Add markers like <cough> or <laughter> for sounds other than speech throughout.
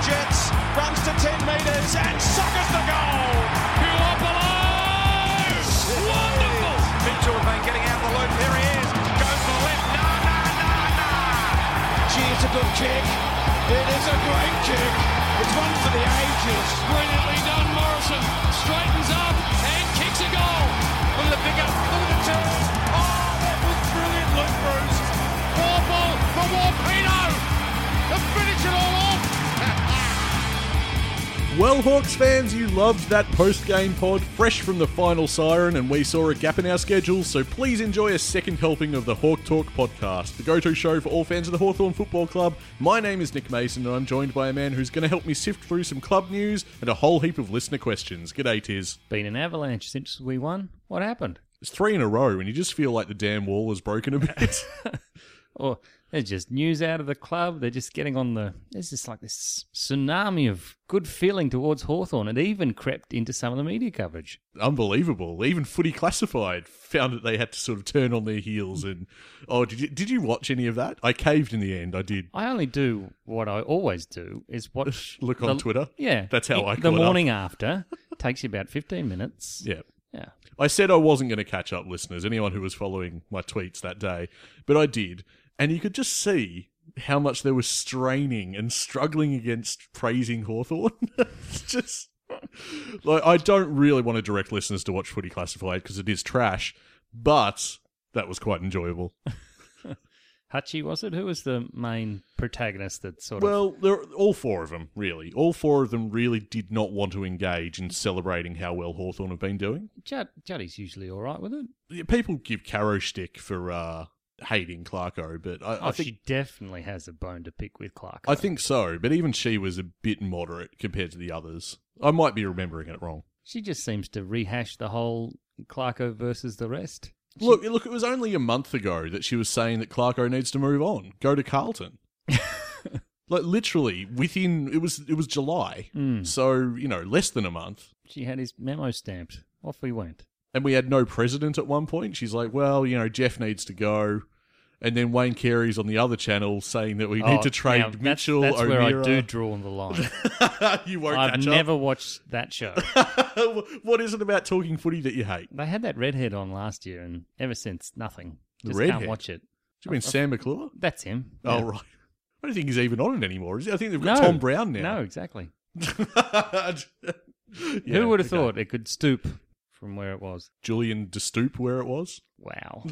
Jets, runs to 10 metres and sockers the goal. Puopolo! Wonderful! Mitchell with Van getting out of the loop. There he is. Goes for the left. No, no, no, no. Gee, it's a good kick. It is a great kick. It's one for the ages. Brilliantly done, Morrison. Straightens up and kicks a goal. Look at the pickup. Look at the turn. Oh, that was brilliant, Luke Bruce. Four ball for Warpino. To finish it all off. Well, Hawks fans, you loved that post game pod fresh from the final siren, and we saw a gap in our schedule, so please enjoy a second helping of the Hawk Talk podcast, the go to show for all fans of the Hawthorn Football Club. My name is Nick Mason, and I'm joined by a man who's going to help me sift through some club news and a whole heap of listener questions. G'day, Tiz. Been an avalanche since we won. What happened? It's three in a row, and you just feel like the damn wall is broken a bit. <laughs> Or Oh, there's just news out of the club. They're just getting on the. There's just like this tsunami of good feeling towards Hawthorn. It even crept into some of the media coverage. Unbelievable. Even Footy Classified found that they had to sort of turn on their heels and oh, did you did you watch any of that? I caved in the end. I did. I only do what I always do is watch. <laughs> Look on the- Twitter. Yeah. That's how I The caught up. <laughs> morning after takes you about 15 minutes. Yeah. Yeah. I said I wasn't going to catch up listeners, anyone who was following my tweets that day, but I did. And you could just see how much they were straining and struggling against praising Hawthorn. <laughs> it's just like I don't really want to direct listeners to watch Footy Classified because it is trash, but that was quite enjoyable. Hutchie, was it? Who was the main protagonist that sort of. Well, there, all four of them, really. All four of them really did not want to engage in celebrating how well Hawthorn have been doing. Judd, Juddy's usually all right with it. Yeah, People give Caro shtick for uh, hating Clarko, but I, Oh, I think she definitely has a bone to pick with Clark. I think so, but even she was a bit moderate compared to the others. I might be remembering it wrong. She just seems to rehash the whole Clarko versus the rest. Look, look, it was only a month ago that she was saying that Clarko needs to move on, go to Carlton. like literally within it was it was July. So, you know, less than a month. She had his memo stamped. Off we went. And we had no president at one point. She's like, "Well, you know, Jeff needs to go." And then Wayne Carey's on the other channel saying that we need Oh, to trade now, that's- Mitchell That's, where I O'Meara. <laughs> do draw the line. you won't I've catch never watched that show. up. <laughs> what is it about talking footy that you hate? they had that redhead on last year, and ever since, nothing. The Just redhead? can't watch it. Do you mean Sam McClure? That's him. Oh Yeah. right. I don't think he's even on it anymore. Is he? I think they've got Tom Brown now. No, exactly. <laughs> Yeah, Who would have okay. thought it could stoop from where it was? Julian Destoop where it was? <laughs> Wow.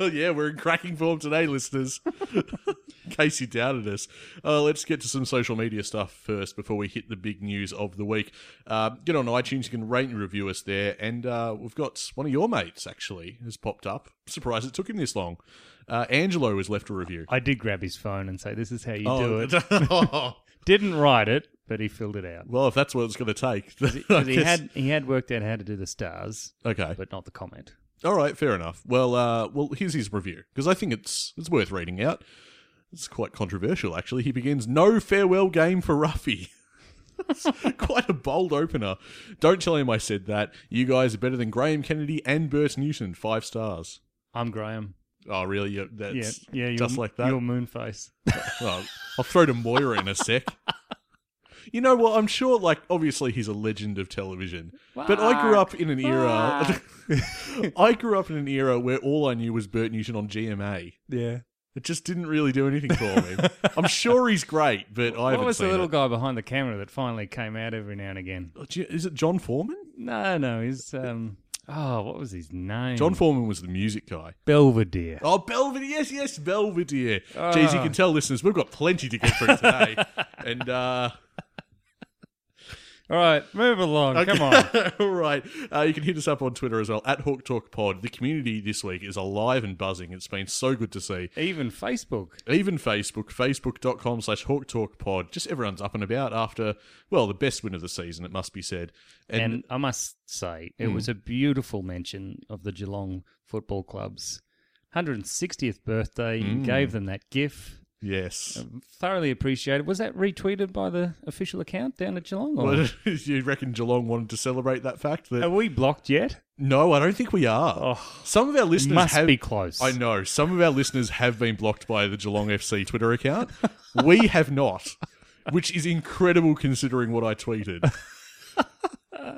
yeah, we're in cracking form today, listeners. <laughs> in case you doubted us, uh, let's get to some social media stuff first before we hit the big news of the week. Uh, get on iTunes, you can rate and review us there. And uh, we've got one of your mates actually has popped up. Surprised it took him this long. Uh, Angelo has left a review. I did grab his phone and say, "This is how you do <laughs> Oh, it." Didn't write it, but he filled it out. well, if that's what it's going to take, <laughs> Because he had he had worked out how to do the stars, okay. but not the comment. All right, fair enough. Well, uh, well, here's his review because I think it's it's worth reading out. It's quite controversial, actually. He begins no farewell game for Ruffy. <laughs> It's quite a bold opener. Don't tell him I said that. You guys are better than Graham Kennedy and Bert Newton. Five stars. I'm Graham. Oh, really? Yeah, that's yeah, yeah, just your- like that. Your moon face. Oh, I'll throw to Moira in a sec. You know what? I'm sure, like, obviously he's a legend of television, but I grew up in an era. <laughs> I grew up in an era where all I knew was Bert Newton on GMA. Yeah. It just didn't really do anything for me. I'm sure he's great, but I haven't What was the seen little it. guy behind the camera that finally came out every now and again? Oh, gee, Is it John Foreman? No, no, he's um. Oh, what was his name? John Foreman was the music guy. Belvedere. Oh, Belvedere. Yes, yes, Belvedere. Jeez, you Ah. can tell listeners, we've got plenty to get through <laughs> today. and, uh,. All right, move along. Come on. <laughs> <laughs> All right. Uh, you can hit us up on Twitter as well at Hawk Talk Pod. The community this week is alive and buzzing. It's been so good to see. Even Facebook. Even Facebook, facebook.com slash Hawk Talk Pod. Just everyone's up and about after, well, the best win of the season, it must be said. And, Hmm. I must say, it was a beautiful mention of the Geelong Football Club's 160th birthday. You gave them that GIF. <laughs> yes. Thoroughly appreciated. Was that retweeted by the official account down at Geelong? Or Well, <laughs> you reckon Geelong wanted to celebrate that fact? That Are we blocked yet? No, I don't think we are. some of our listeners Oh. Must have, be close. I know. Some of our listeners have been blocked by the Geelong FC Twitter account. we have not. which is incredible considering what I tweeted.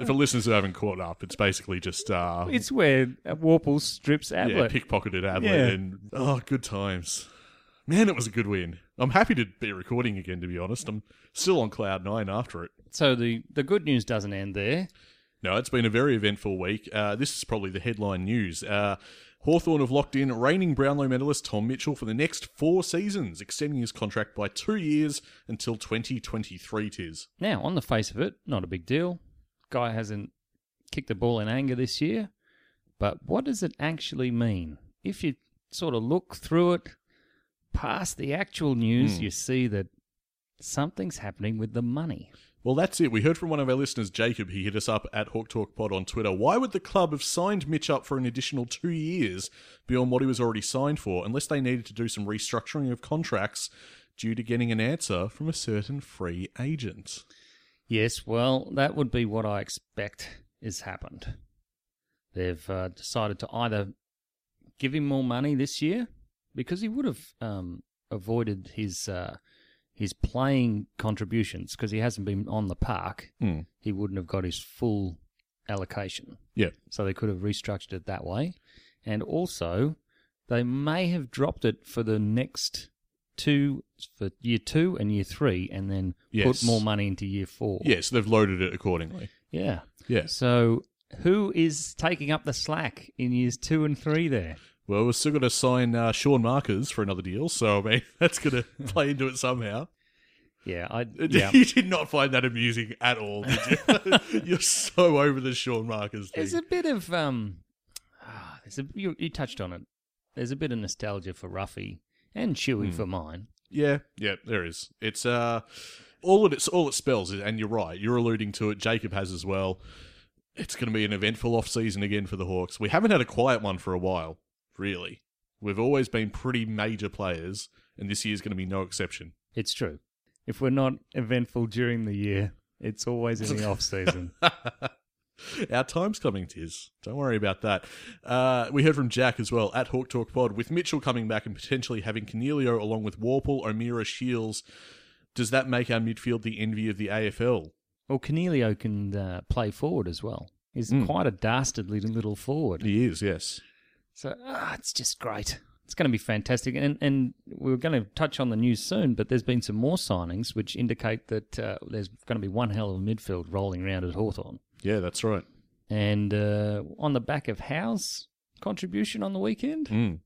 For listeners who haven't caught up, it's basically just uh, It's where Warple strips yeah, Ablett. pickpocketed Adelaide, Yeah. and oh, good times. Man, it was a good win. I'm happy to be recording again. To be honest, I'm still on cloud nine after it. so the, the good news doesn't end there. No, it's been a very eventful week. Uh, this is probably the headline news. Uh, Hawthorne have locked in reigning Brownlow medalist Tom Mitchell for the next four seasons, extending his contract by two years until 2023 tis. Now, on the face of it, not a big deal. Guy hasn't kicked the ball in anger this year. But what does it actually mean? If you sort of look through it, past the actual news, Hmm. you see that something's happening with the money. Well, that's it. We heard from one of our listeners, Jacob. He hit us up at Hawk Talk Pod on Twitter. Why would the club have signed Mitch up for an additional two years beyond what he was already signed for, unless they needed to do some restructuring of contracts due to getting an answer from a certain free agent? Yes, well, that would be what I expect has happened. They've uh, decided to either give him more money this year because he would have um, avoided his uh, his playing contributions because he hasn't been on the park. Mm. He wouldn't have got his full allocation, Yeah. so they could have restructured it that way. And also, they may have dropped it for the next two for year two and year three, and then Yes. put more money into year four. Yes, they've loaded it accordingly. Yeah. Yes. So who is taking up the slack in years two and three there? Well, we're still going to sign uh, Sean Markers for another deal, so I mean <laughs> that's going to play into it somehow. <laughs> Yeah, I yeah. you did not find that amusing at all, did you? <laughs> You're so over the Sean Markers thing. There's a bit of um ah, there's a, you, you touched on it. There's a bit of nostalgia for Ruffy and Chewy for mine. Yeah, yeah, there is. It's uh, all it it's all it spells is, and you're right. You're alluding to it. Jacob has as well. It's going to be an eventful off season again for the Hawks. We haven't had a quiet one for a while, really. We've always been pretty major players, and this year's going to be no exception. It's true. If we're not eventful during the year, it's always in the off season. Our time's coming, Tiz. Don't worry about that. Uh, we heard from Jack as well at Hawk Talk Pod. With Mitchell coming back and potentially having Cornelio along with Warple, O'Meara, Shields, does that make our midfield the envy of the AFL? well, Cornelio can uh, play forward as well. He's quite a dastardly little forward. He is, yes. So ah, it's just great. It's going to be fantastic, and and we we're going to touch on the news soon. But there's been some more signings which indicate that uh, there's going to be one hell of a midfield rolling around at Hawthorn. Yeah, that's right. And uh, on the back of Howe's contribution on the weekend, Mm.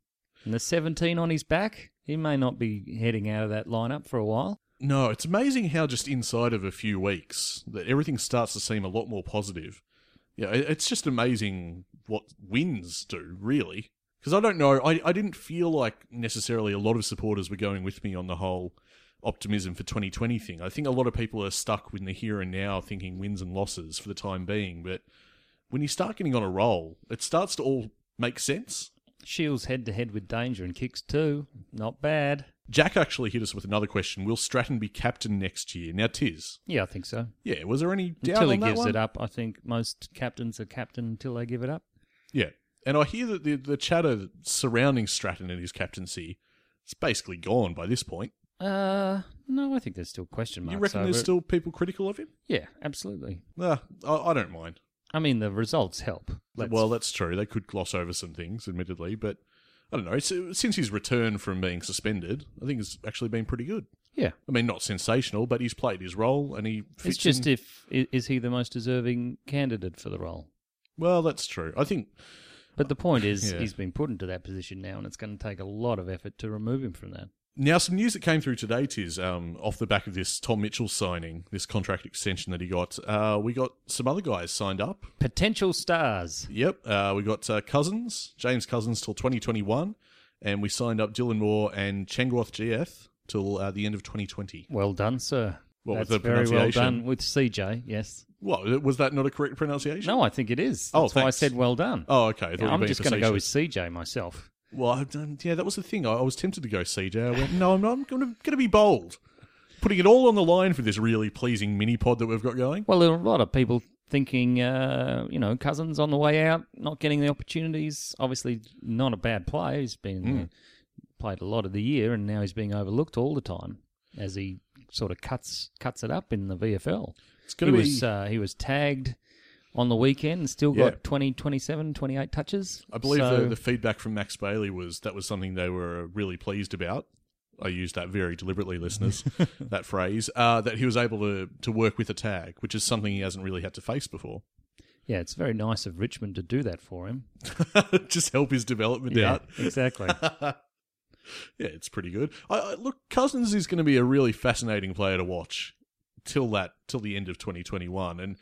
and the 17 on his back, he may not be heading out of that lineup for a while. No, it's amazing how just inside of a few weeks that everything starts to seem a lot more positive. Yeah, it- it's just amazing what wins do, really. Because I don't know, I, I didn't feel like necessarily a lot of supporters were going with me on the whole optimism for 2020 thing. I think a lot of people are stuck in the here and now thinking wins and losses for the time being. But when you start getting on a roll, it starts to all make sense. Shields head to head with danger and kicks too. Not bad. Jack actually hit us with another question Will Stratton be captain next year? Now, Tiz, Yeah, I think so. Yeah, was there any doubt Until he on that gives one? it up, I think most captains are captain until they give it up. Yeah, and I hear that the the chatter surrounding Stratton and his captaincy is basically gone by this point. Uh, no, I think there's still question marks. you reckon there's over it. still people critical of him? Yeah, absolutely. Nah, I, I don't mind. I mean, the results help. Let's- well, that's true. They could gloss over some things, admittedly, but I don't know. It's, since his return from being suspended, I think it's actually been pretty good. yeah. I mean, not sensational, but he's played his role and he. Fits It's just in. if i- is he the most deserving candidate for the role? well, that's true. I think But the point <laughs> is, Yeah. he's been put into that position now, and it's going to take a lot of effort to remove him from that. Now, some news that came through today, Tiz, um, off the back of this Tom Mitchell signing, this contract extension that he got, uh, we got some other guys signed up. Potential stars. Yep, uh, we got uh, Cousins, James Cousins, till 2021, and we signed up Dylan Moore and Chengworth GF till uh, the end of 2020. Well done, sir. What was That's the very well pronunciation? done with CJ. Yes. What, was that not a correct pronunciation? No, I think it is. That's Oh, why I thanks. said well done. Oh, okay. I thought you Yeah, were I'm being just going to go with facetious. CJ myself. Well, I've done, yeah, that was the thing. I, I was tempted to go CJ. I went, no, I'm, not, I'm going to be bold. Putting it all on the line for this really pleasing mini pod that we've got going. Well, there are a lot of people thinking, uh, you know, Cousins on the way out, not getting the opportunities. Obviously, not a bad Mm. uh, player. He's been played a lot of the year, and now he's being overlooked all the time as he sort of cuts cuts it up in the VFL. It's He going to be. was uh, he was tagged on the weekend and still Yeah. got 20, 27, 28 touches. I believe So- the, the feedback from Max Bailey was that was something they were really pleased about. I used that very deliberately, <laughs> listeners, that phrase, uh, that he was able to, to work with a tag, which is something he hasn't really had to face before. <laughs> yeah, it's very nice of Richmond to do that for him. Just help his development out. <laughs> exactly. Yeah, it's pretty good. I, I, look, Cousins is going to be a really fascinating player to watch till that till the end of 2021, and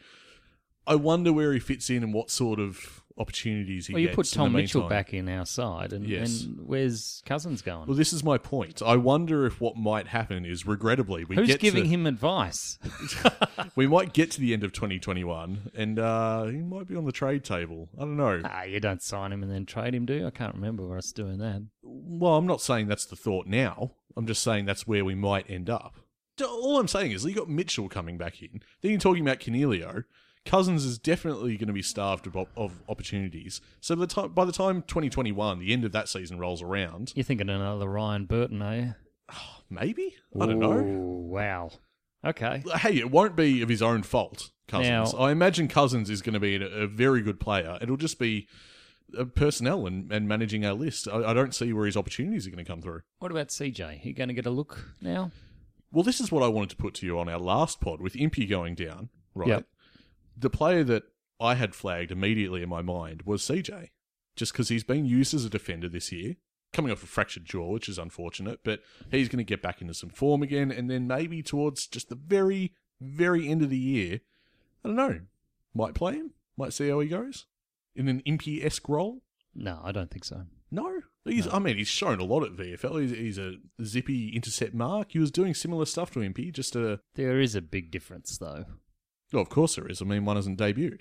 I wonder where he fits in and what sort of opportunities he Well, you gets. put in the Tom Mitchell meantime. back in our side, and, Yes. and where's Cousins going? Well, this is my point. I wonder if what might happen is, regrettably, we Who's get giving to, him advice? <laughs> <laughs> we might get to the end of 2021, and uh, he might be on the trade table. I don't know. ah, you don't sign him and then trade him, do you? I can't remember us doing that. Well, I'm not saying that's the thought now. I'm just saying that's where we might end up. D- All I'm saying is you got Mitchell coming back in. Then you're talking about Canelio. Cousins is definitely going to be starved of, op- of opportunities. So by the, time, by the time 2021, the end of that season rolls around, You're thinking another Ryan Burton, are you? maybe? I don't know. Ooh, Wow. Okay. Hey, it won't be of his own fault, Cousins. Now- I imagine Cousins is going to be a, a very good player. It'll just be uh, personnel and, and managing our list. I, I don't see where his opportunities are going to come through. What about CJ? He going to get a look now? Well, this is what I wanted to put to you on our last pod with Impy going down, right? Yep. The player that I had flagged immediately in my mind was CJ, just because he's been used as a defender this year, coming off a fractured jaw, which is unfortunate, but he's going to get back into some form again. And then maybe towards just the very, very end of the year, I don't know, might play him, might see how he goes in an Impy esque role. No, I don't think so. No, he's. I mean, he's shown a lot at VFL. He's, he's a zippy intercept mark. He was doing similar stuff to Impy, just a There is a big difference, though. Well, of course there is. I mean, one hasn't debuted.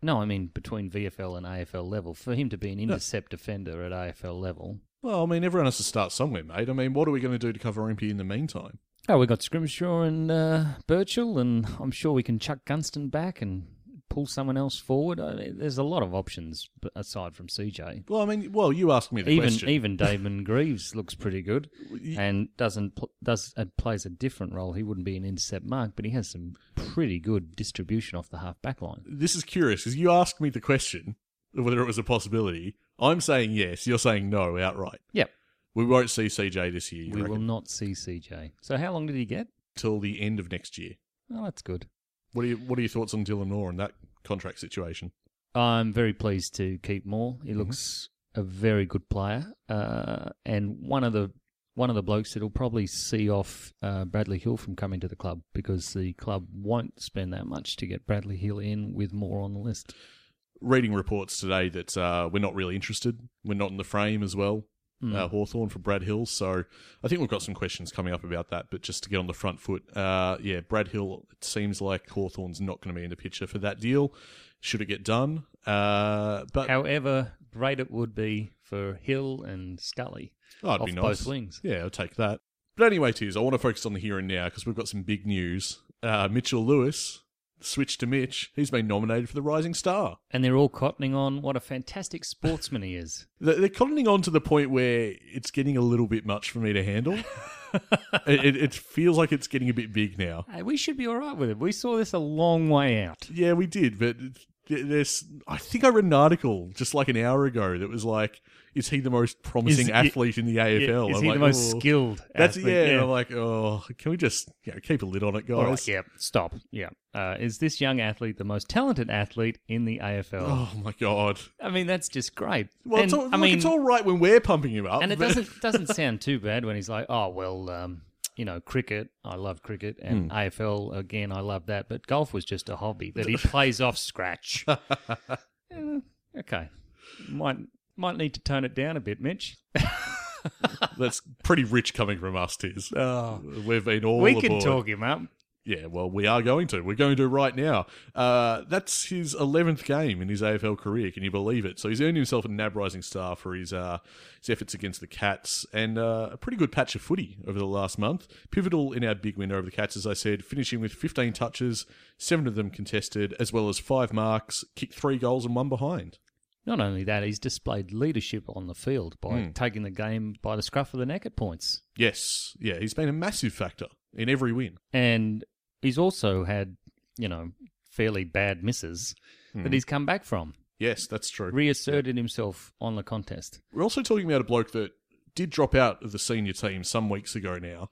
No, I mean between VFL and AFL level. For him to be an intercept defender at AFL level. Well, I mean, everyone has to start somewhere, mate. I mean, what are we going to do to cover Impy in the meantime? Oh, we got Scrimshaw and uh, Birchall, and I'm sure we can chuck Gunston back and pull someone else forward. I mean, there's a lot of options b- aside from CJ. Well, I mean, well, you asked me the Even question. <laughs> even Damon Greaves looks pretty good, y- and doesn't pl- does uh, plays a different role. He wouldn't be an intercept mark, but he has some pretty good distribution off the half back line. This is curious because you asked me the question of whether it was a possibility. I'm saying yes. You're saying no outright. Yep, We won't see CJ this year. You we reckon, will not see CJ. So how long did he get? till the end of next year. Oh, that's good. What are you, What are your thoughts on Dylan Moore and that contract situation? I'm very pleased to keep Moore. Mm-hmm. He looks a very good player, uh, and one of the one of the blokes that'll probably see off uh, Bradley Hill from coming to the club because the club won't spend that much to get Bradley Hill in with Moore on the list. Reading reports today that uh, we're not really interested. We're not in the frame as well. Hmm. uh, Hawthorne for Brad Hill. So I think we've got some questions coming up about that. But just to get on the front foot, uh, yeah, Brad Hill, it seems like Hawthorne's not going to be in the picture for that deal, should it get done. Uh, but However, great it would be for Hill and Scully oh, it'd off be nice. both wings. Yeah, I'll take that. But anyway, Tiz, I want to focus on the here and now because we've got some big news. Uh, Mitchell Lewis, switch to Mitch, he's been nominated for the Rising Star. And they're all cottoning on what a fantastic sportsman he is. They're they're cottoning on to the point where it's getting a little bit much for me to <laughs> handle. it, it, it feels like it's getting a bit big now. <laughs> Hey, we should be all right with it. We saw this a long way out. Yeah, we did, but th- there's. I think I read an article just like an hour ago that was like, "Is he the most promising Is- athlete in the AFL?" is I'm he like, the most "Oh." skilled? That's athlete? yeah, and I'm like, oh, can we just you know, keep a lid on it, guys? All right, yeah, stop. Yeah. Uh, is this young athlete the most talented athlete in the AFL? Oh my god. I mean, that's just great. Well, it's And, all, I look, mean, it's all right when we're pumping him <laughs> up, and it but- doesn't doesn't sound too bad when he's like, "Oh well, um, you know, cricket. I love cricket, and AFL again. I love that, but golf was just a hobby that he plays off scratch." Eh, okay, might might need to tone it down a bit, Mitch. That's pretty rich coming from us, Tiz. We've been all Oh. we can aboard. talk him up. Yeah, well, we are going to. We're going to right now. Uh, that's his 11th game in his AFL career. Can you believe it? So he's earned himself a NAB Rising Star for his, uh, his efforts against the Cats and uh, a pretty good patch of footy over the last month. Pivotal in our big win over the Cats, as I said, finishing with 15 touches, seven of them contested, as well as five marks, kicked three goals and one behind. Not only that, he's displayed leadership on the field by taking the game by the scruff of the neck at points. Yes, yeah, he's been a massive factor in every win. and he's also had you know fairly bad misses that he's come back from Yes, that's true. reasserted himself on the contest We're also talking about a bloke that did drop out of the senior team some weeks ago now.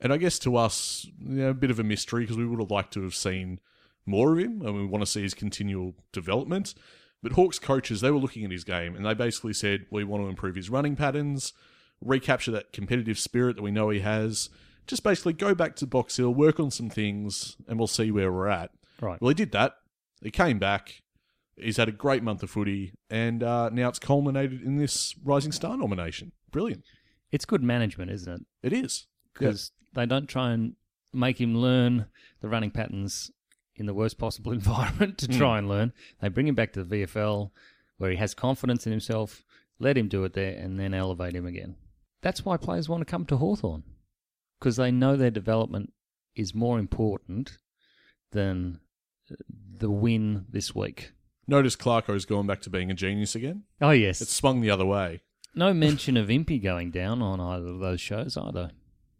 And I guess to us, you know, a bit of a mystery because we would have liked to have seen more of him and we want to see his continual development. But Hawks coaches, they were looking at his game and they basically said, we want to improve his running patterns, recapture that competitive spirit that we know he has. Just basically go back to Box Hill, work on some things, and we'll see where we're at. right Well, he did that. He came back. He's had a great month of footy, and uh, now it's culminated in this Rising Star nomination. Brilliant. it's good management isn't it It is. because they don't try and make him learn the running patterns in the worst possible <laughs> environment to try and learn they bring him back to the vfl where he has confidence in himself let him do it there and then elevate him again that's why players want to come to Hawthorn because they know their development is more important than uh, the win this week. Notice Clarko's gone back to being a genius again. Oh yes, It's swung the other way. no mention of Impy going down on either of those shows either.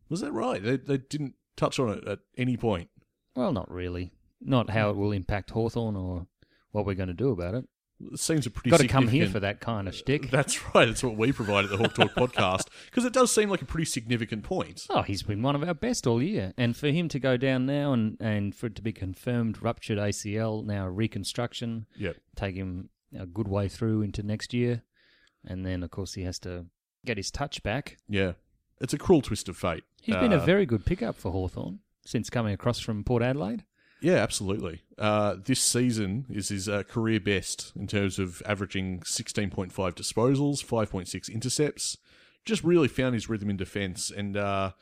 Was that right? They, they didn't touch on it at any point. Well, not really. Not how it will impact Hawthorn or what we're going to do about it. It seems a pretty Got to come here significant- Uh, for that kind of <laughs> shtick. That's right. That's what we provide at the Hawk Talk <laughs> podcast because it does seem like a pretty significant point. Oh, he's been one of our best all year. And for him to go down now and, and for it to be confirmed ruptured ACL, now reconstruction, Yep. take him a good way through into next year. And then, of course, he has to get his touch back. Yeah. It's a cruel twist of fate. He's been a Uh, very good pickup for Hawthorn since coming across from Port Adelaide. Yeah, absolutely. Uh, this season is his uh, career best in terms of averaging 16.5 disposals, 5.6 intercepts. Just really found his rhythm in defence. And, uh,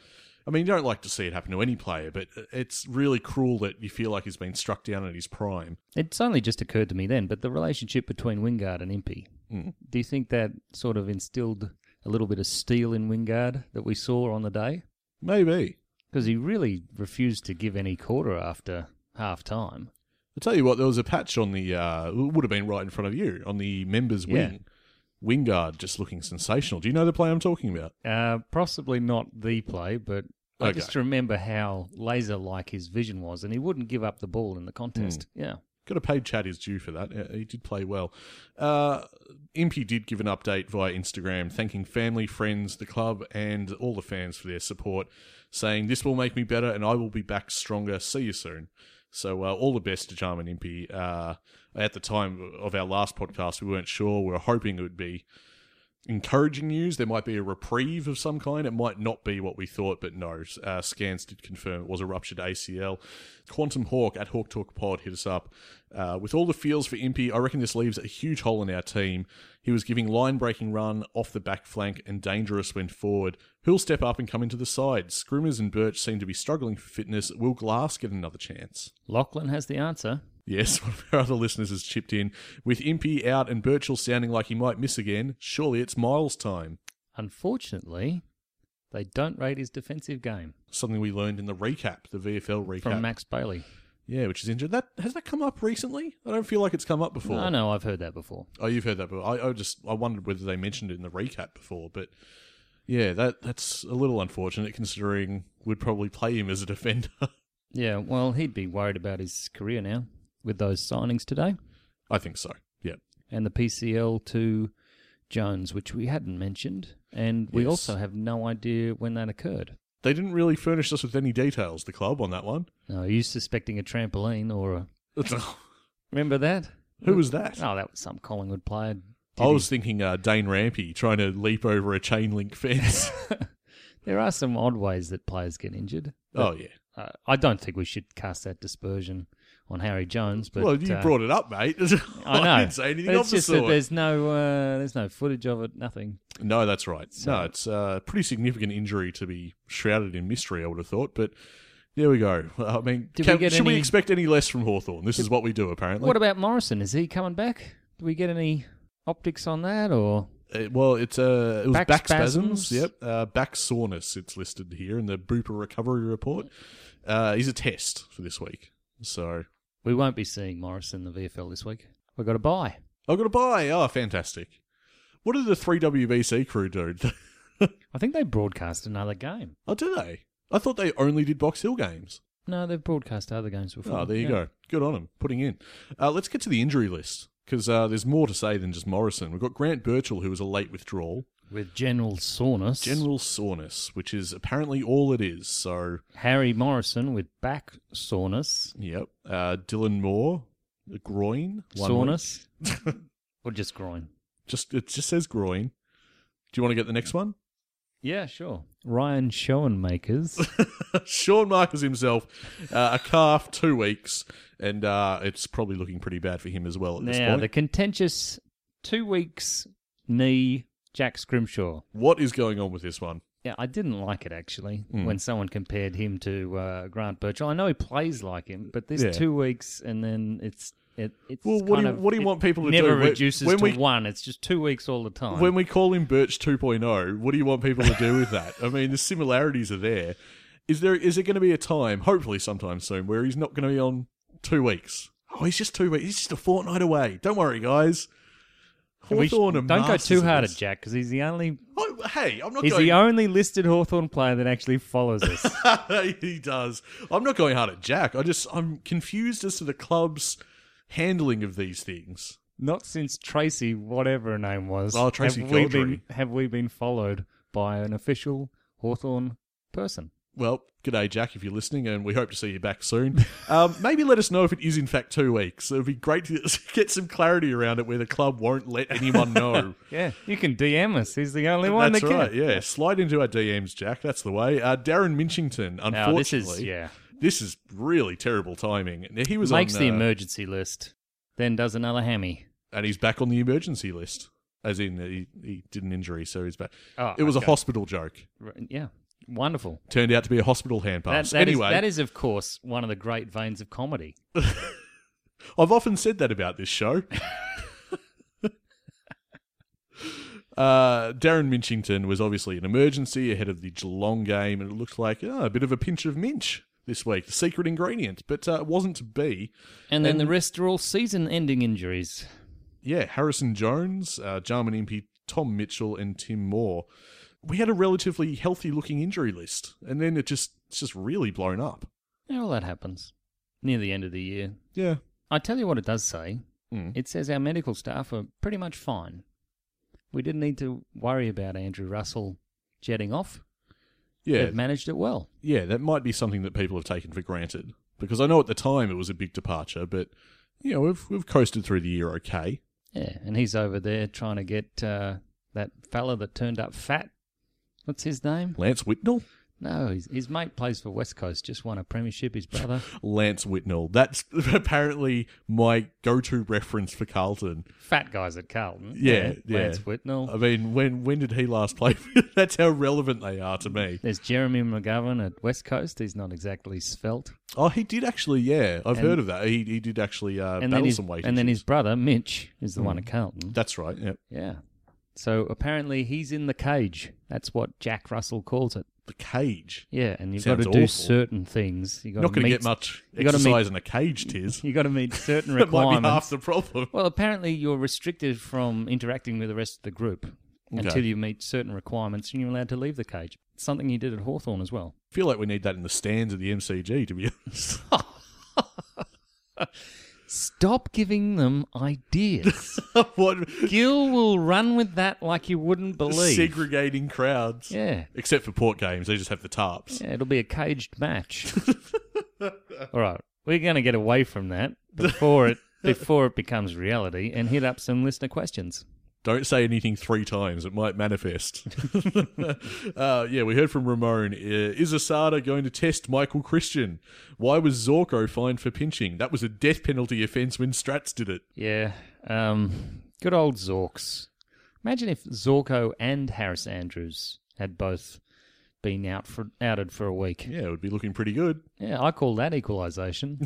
I mean, you don't like to see it happen to any player, but it's really cruel that you feel like he's been struck down at his prime. It's only just occurred to me then, but the relationship between Wingard and Impey, do you think that sort of instilled a little bit of steel in Wingard that we saw on the day? Maybe. Because he really refused to give any quarter after half time. I'll tell you what, there was a patch on the, uh, it would have been right in front of you, on the members' Yeah. wing. Wingard just looking sensational. Do you know the player I'm talking about? Uh, possibly not the play, but I Okay. just remember how laser like his vision was, and he wouldn't give up the ball in the contest. Yeah. Got to pay Chad his due for that. Uh, He did play well. Uh, Impy did give an update via Instagram, thanking family, friends, the club, and all the fans for their support, saying, This will make me better and I will be back stronger. See you soon. So, uh, all the best to Jarman Impy. Uh, at the time of our last podcast, we weren't sure. We were hoping it would be encouraging news. There might be a reprieve of some kind. It might not be what we thought, but no. Uh, scans did confirm it was a ruptured ACL. Quantum Hawk at Hawk Talk Pod hit us up. Uh, with all the feels for Impy, I reckon this leaves a huge hole in our team. He was giving line breaking run off the back flank and dangerous when forward. Who'll step up and come into the side? Scrimmers and Birch seem to be struggling for fitness. Will Glass get another chance? Lachlan has the answer. Yes, <laughs> one of our other listeners has chipped in. With Impy out and Birchall sounding like he might miss again, surely it's Miles' time. Unfortunately, they don't rate his defensive game something we learned in the recap, the VFL recap. from Max Bailey. yeah, which is injured. That has that come up recently? I don't feel like it's come up before. I know, I've heard that before. Oh, you've heard that before. I, I just I wondered whether they mentioned it in the recap before, but yeah, that that's a little unfortunate considering we'd probably play him as a defender. <laughs> Yeah, well, he'd be worried about his career now with those signings today I think so. Yeah. and the PCL to Jones, which we hadn't mentioned. And we Yes. also have no idea when that occurred. They didn't really furnish us with any details, the club on that one. Now, are you suspecting a trampoline or a. <laughs> Who Remember that? was that? Oh, that was some Collingwood player. I was thinking uh, Dane Rampy trying to leap over a chain link fence. <laughs> There are some odd ways that players get injured. oh yeah. Uh, I don't think we should cast that dispersion on Harry Jones. But well, you uh, brought it up, mate. <laughs> I know. didn't say anything It's of the just that sort. there's no uh, there's no footage of it. Nothing. No, that's right. So- no, it's a pretty significant injury to be shrouded in mystery, I would have thought. But there we go. I mean, Did can- we get should we any- expect any less from Hawthorn? This is what we do, apparently. what about Morrison? Is he coming back? Do we get any optics on that or Uh, well, it's uh, it was Back back, spasms. spasms? Yep, uh, back soreness. It's listed here in the Bupa recovery report. Uh, he's a test for this week, so we won't be seeing Morrison in the VFL this week? We've got to buy. I've got to buy. Oh, fantastic! What did the three WBC crew do? <laughs> I think they broadcast another game. oh, do they? I thought they only did Box Hill games. No, they've broadcast other games before. Oh, there you Mm, Yeah. go. Good on him. Putting in. Uh, let's get to the injury list because uh, there's more to say than just Morrison. We've got Grant Birchall, who was a late withdrawal. With General Saunus. General soreness, which is apparently all it is. So, Harry Morrison with back soreness. yep. Uh, Dylan Moore, the groin. one week. <laughs> Soreness. or just groin. Just It just says groin. Do you want to get the next one? <laughs> Yeah, sure. Ryan Schoenmakers. Sean Marcus himself, uh, a calf, two weeks, and uh, it's probably looking pretty bad for him as well <laughs> at this now, point. the contentious two weeks knee, Jack Scrimshaw. What is going on with this one? Yeah, I didn't like it actually Hmm. when someone compared him to uh, Grant Birchall. I know he plays like him, but this Yeah. two weeks and then it's it, it's Well, what do kind you- of- what do you it want people to never do? When- reduces when to we- one. It's just two weeks all the time. When we call him Birch 2.0, what do you want people to do with that? I mean, the similarities are there. Is there is there going to be a time, hopefully sometime soon, where he's not going to be on two weeks? Oh, he's just two weeks. He's just a fortnight away. Don't worry, guys. And we sh- Hawthorn are don't go masters too of hard this. at Jack because he's the only Oh, hey, I'm not he's going. the only listed Hawthorn player that actually follows us. <laughs> he does. I'm not going hard at Jack. I just I'm confused as to the club's handling of these things. Not since Tracy, whatever her name was, Oh, Tracy have we Gaudry. been have we been followed by an official Hawthorn person? Well, g'day, Jack, if you're listening, and we hope to see you back soon. Um, maybe let us know if it is, in fact, two weeks. It would be great to <laughs> get some clarity around it where the club won't let anyone know. Yeah, you can DM us. He's the only one That's that right, can. yeah. Slide into our DMs, Jack. That's the way. Uh, Darren Minchington, unfortunately. Now this is yeah. this is really terrible timing. Now, He was makes on, the uh, emergency list, then does another hammy. and he's back on the emergency list, as in uh, he, he did an injury, so he's back. Oh, it was okay. a hospital joke. R- Yeah, wonderful. Turned out to be a hospital hand That, pass. that is- anyway, that is, of course, one of the great veins of comedy. I've often said that about this <laughs> show. uh, Darren Minchington was obviously an emergency ahead of the Geelong game, and it looked like ah, a bit of a pinch of minch this week, the secret ingredient, but uh, it wasn't to be. And then And- the rest are all season-ending injuries. Yeah, Harrison Jones, uh, Jarman MP, Tom Mitchell, and Tim Moore. We had a relatively healthy looking injury list, and then it just it's just really blown up. Yeah, well, that happens near the end of the year. Yeah, I tell you what, it does say. Mm. It says our medical staff are pretty much fine. We didn't need to worry about Andrew Russell jetting off. yeah, They've managed it well. yeah, that might be something that people have taken for granted because I know at the time it was a big departure, but you know we've we've coasted through the year okay. Yeah, and he's over there trying to get uh, that fella that turned up fat. What's his name? Lance Whitnell, No, his, his mate plays for West Coast, just won a premiership, <laughs> his brother. Lance Whitnell. That's <laughs> apparently my go-to reference for Carlton. Fat guys at Carlton. Yeah, yeah. Uh, Lance Whitnell. I mean, when when did he last play? <laughs> That's how relevant they are to me. There's Jeremy McGovern at West Coast. He's not exactly svelte. Oh, he did actually. Yeah, I've And- heard of that. He he did actually uh, battle And then, his, some weight. and then his issues. Hmm. brother, Mitch, is the one at Carlton. That's right. Yeah, Yeah. So apparently he's in the cage. That's what Jack Russell calls it. the cage. Yeah, and you've Sounds got to do awful. certain things. You've got Not to going to meet, get <laughs> much you gotta exercise meet- in a cage, <laughs> tis. You've got <laughs> to meet certain That might be requirements. half the problem. Well, apparently you're restricted from interacting with the rest of the group until you meet certain requirements and you're allowed to leave the cage. Something you did at Hawthorn as well. feel like we need that in the stands of the MCG, to be <laughs> honest. Stop giving them <laughs> ideas. what Gil will run with that like you wouldn't believe. segregating crowds? yeah. Except for port games, they just have the tarps. Yeah, it'll be a caged <laughs> match. All right. We're going to get away from that before <laughs> it before it becomes reality and hit up some listener questions. Don't say anything three times; it might manifest. <laughs> uh, yeah, we heard from Ramon. Uh, Is Asada going to test Michael Christian? Why was Zorko fined for pinching? That was a death penalty offence when Strats did it. Yeah. Um, good old Zorks. Imagine if Zorko and Harris Andrews had both been out for outed for a week. Yeah, it would be looking pretty good. Yeah, I call that equalisation.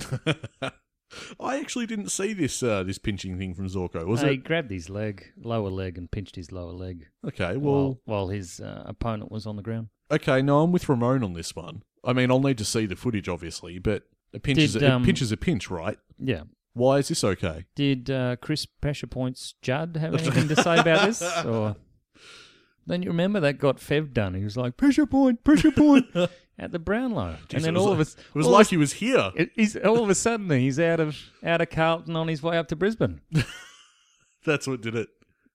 I actually didn't see this uh, this pinching thing from Zorko. <laughs> Was he it grabbed his leg, lower leg, and pinched his lower leg okay? while Well, while his uh, opponent was on the ground. okay. No, I'm with Ramon on this one. I mean, I'll need to see the footage, obviously, but a pinch is Did, a, um, a pinch is a pinch, right? Yeah. Why is this okay? <laughs> Did uh, Chris Pressure Points Judd have anything to say about this? Or Then you remember that got Fev done. He was like, pressure <laughs> point, pressure point at the Brownlow. and Jeez, then it was all like, of us. It was all of like us- he was <laughs> here. it- he's, all of a sudden, he's out of out of Carlton on his way up to Brisbane. That's what did it.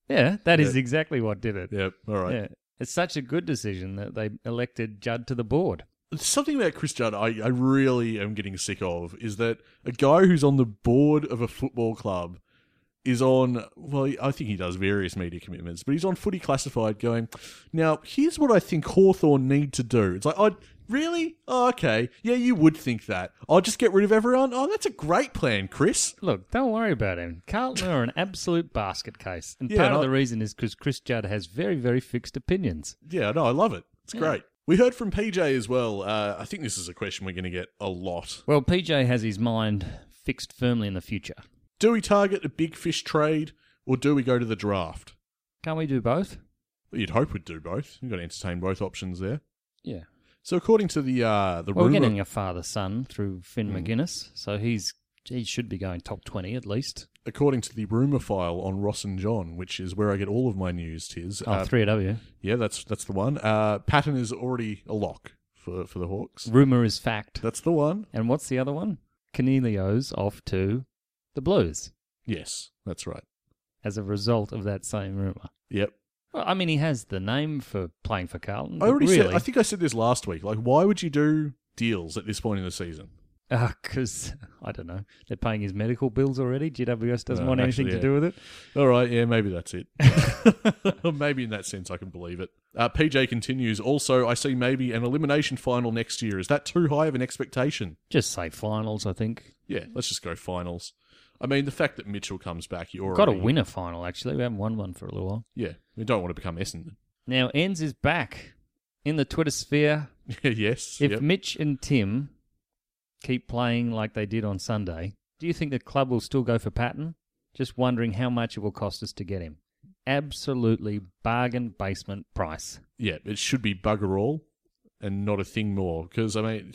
Yeah, that is Yeah. exactly what did it. Yep. All right. Yeah. It's such a good decision that they elected Judd to the board. Something about Chris Judd I, I really am getting sick of is that a guy who's on the board of a football club is on, well, I think he does various media commitments, but he's on Footy Classified going, now, here's what I think Hawthorn need to do. It's like, I really? Oh, okay. Yeah, you would think that. I'll just get rid of everyone. Oh, that's a great plan, Chris. Look, don't worry about him. Carlton are an absolute basket case. And Yeah, part of and I- the reason is because Chris Judd has very, very fixed opinions. Yeah, no, I love it. It's great. We heard from PJ as well. Uh, I think this is a question we're going to get a lot. Well, PJ has his mind fixed firmly in the future. Do we target a big fish trade or do we go to the draft? Can't we do both? You'd hope we'd do both. You've got to entertain both options there. Yeah. So according to the uh, the Well, we're rumor, getting a father son through Finn McGuinness, so he's he should be going top 20 at least. according to the rumor file on Ross and John, which is where I get all of my news, tis. Oh, uh, 3AW. yeah, that's that's the one. Uh, Patton is already a lock for for the Hawks. Rumour is fact. That's the one. And what's the other one? Canelio's off to the Blues Yes, that's right. as a result of that same rumour. Yep. Well, I mean, he has the name for playing for Carlton. I but already really, said. I <laughs> think I said this last week. Like, why would you do deals at this point in the season? because uh, I don't know, they're paying his medical bills already. GWS doesn't No, want anything actually, to yeah. do with it. All right, yeah, maybe that's <laughs> it. maybe in that sense, I can believe it. Uh, PJ continues. Also, I see maybe an elimination final next year. Is that too high of an expectation? Just say finals. I think Yeah, let's just go finals. I mean, the fact that Mitchell comes back, you already got to win a final. Actually, we haven't won one for a little while. Yeah, we don't want to become Essendon. <laughs> Now, Enz is back in the Twitter sphere. yes, If yep. Mitch and Tim keep playing like they did on Sunday, do you think the club will still go for Patton? Just wondering how much it will cost us to get him. Absolutely bargain basement price. yeah, it should be bugger all and not a thing more. Because I mean,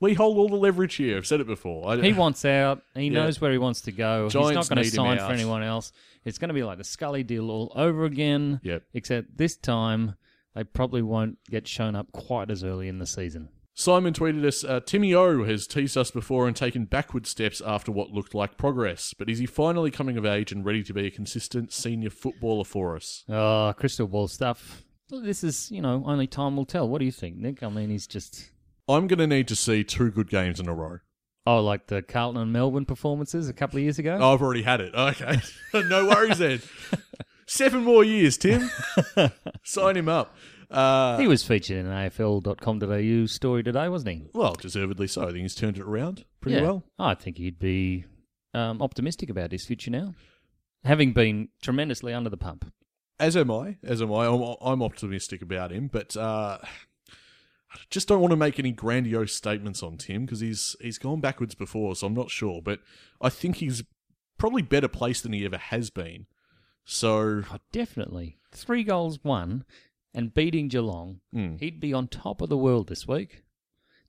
we hold all the leverage here. I've said it before. I, He wants out. He Yeah. knows where he wants to go. He's not Giants going to need him sign for out. anyone else. It's going to be like the Scully deal all over again. Yep. Except this time, they probably won't get shown up quite as early in the season. Simon tweeted us uh, Timmy O has teased us before and taken backward steps after what looked like progress, but is he finally coming of age and ready to be a consistent senior footballer for us? Oh, crystal ball stuff. This is, you know, only time will tell. What do you think, Nick? I mean, he's just. I'm going to need to see two good games in a row. Oh, like the Carlton and Melbourne performances a couple of years ago? Oh, I've already had it. Okay. <laughs> no worries then. Seven more years, Tim. Sign him up. Uh, He was featured in an AFL.com.au story today, wasn't he? well, deservedly so. I think he's turned it around pretty well. I think he'd be um, optimistic about his future now, having been tremendously under the pump. As am I. As am I. I'm, I'm optimistic about him, but uh, I just don't want to make any grandiose statements on Tim because he's he's gone backwards before, so I'm not sure. But I think he's probably better placed than he ever has been. So Oh, definitely. Three goals won and beating Geelong, Mm. he'd be on top of the world this week.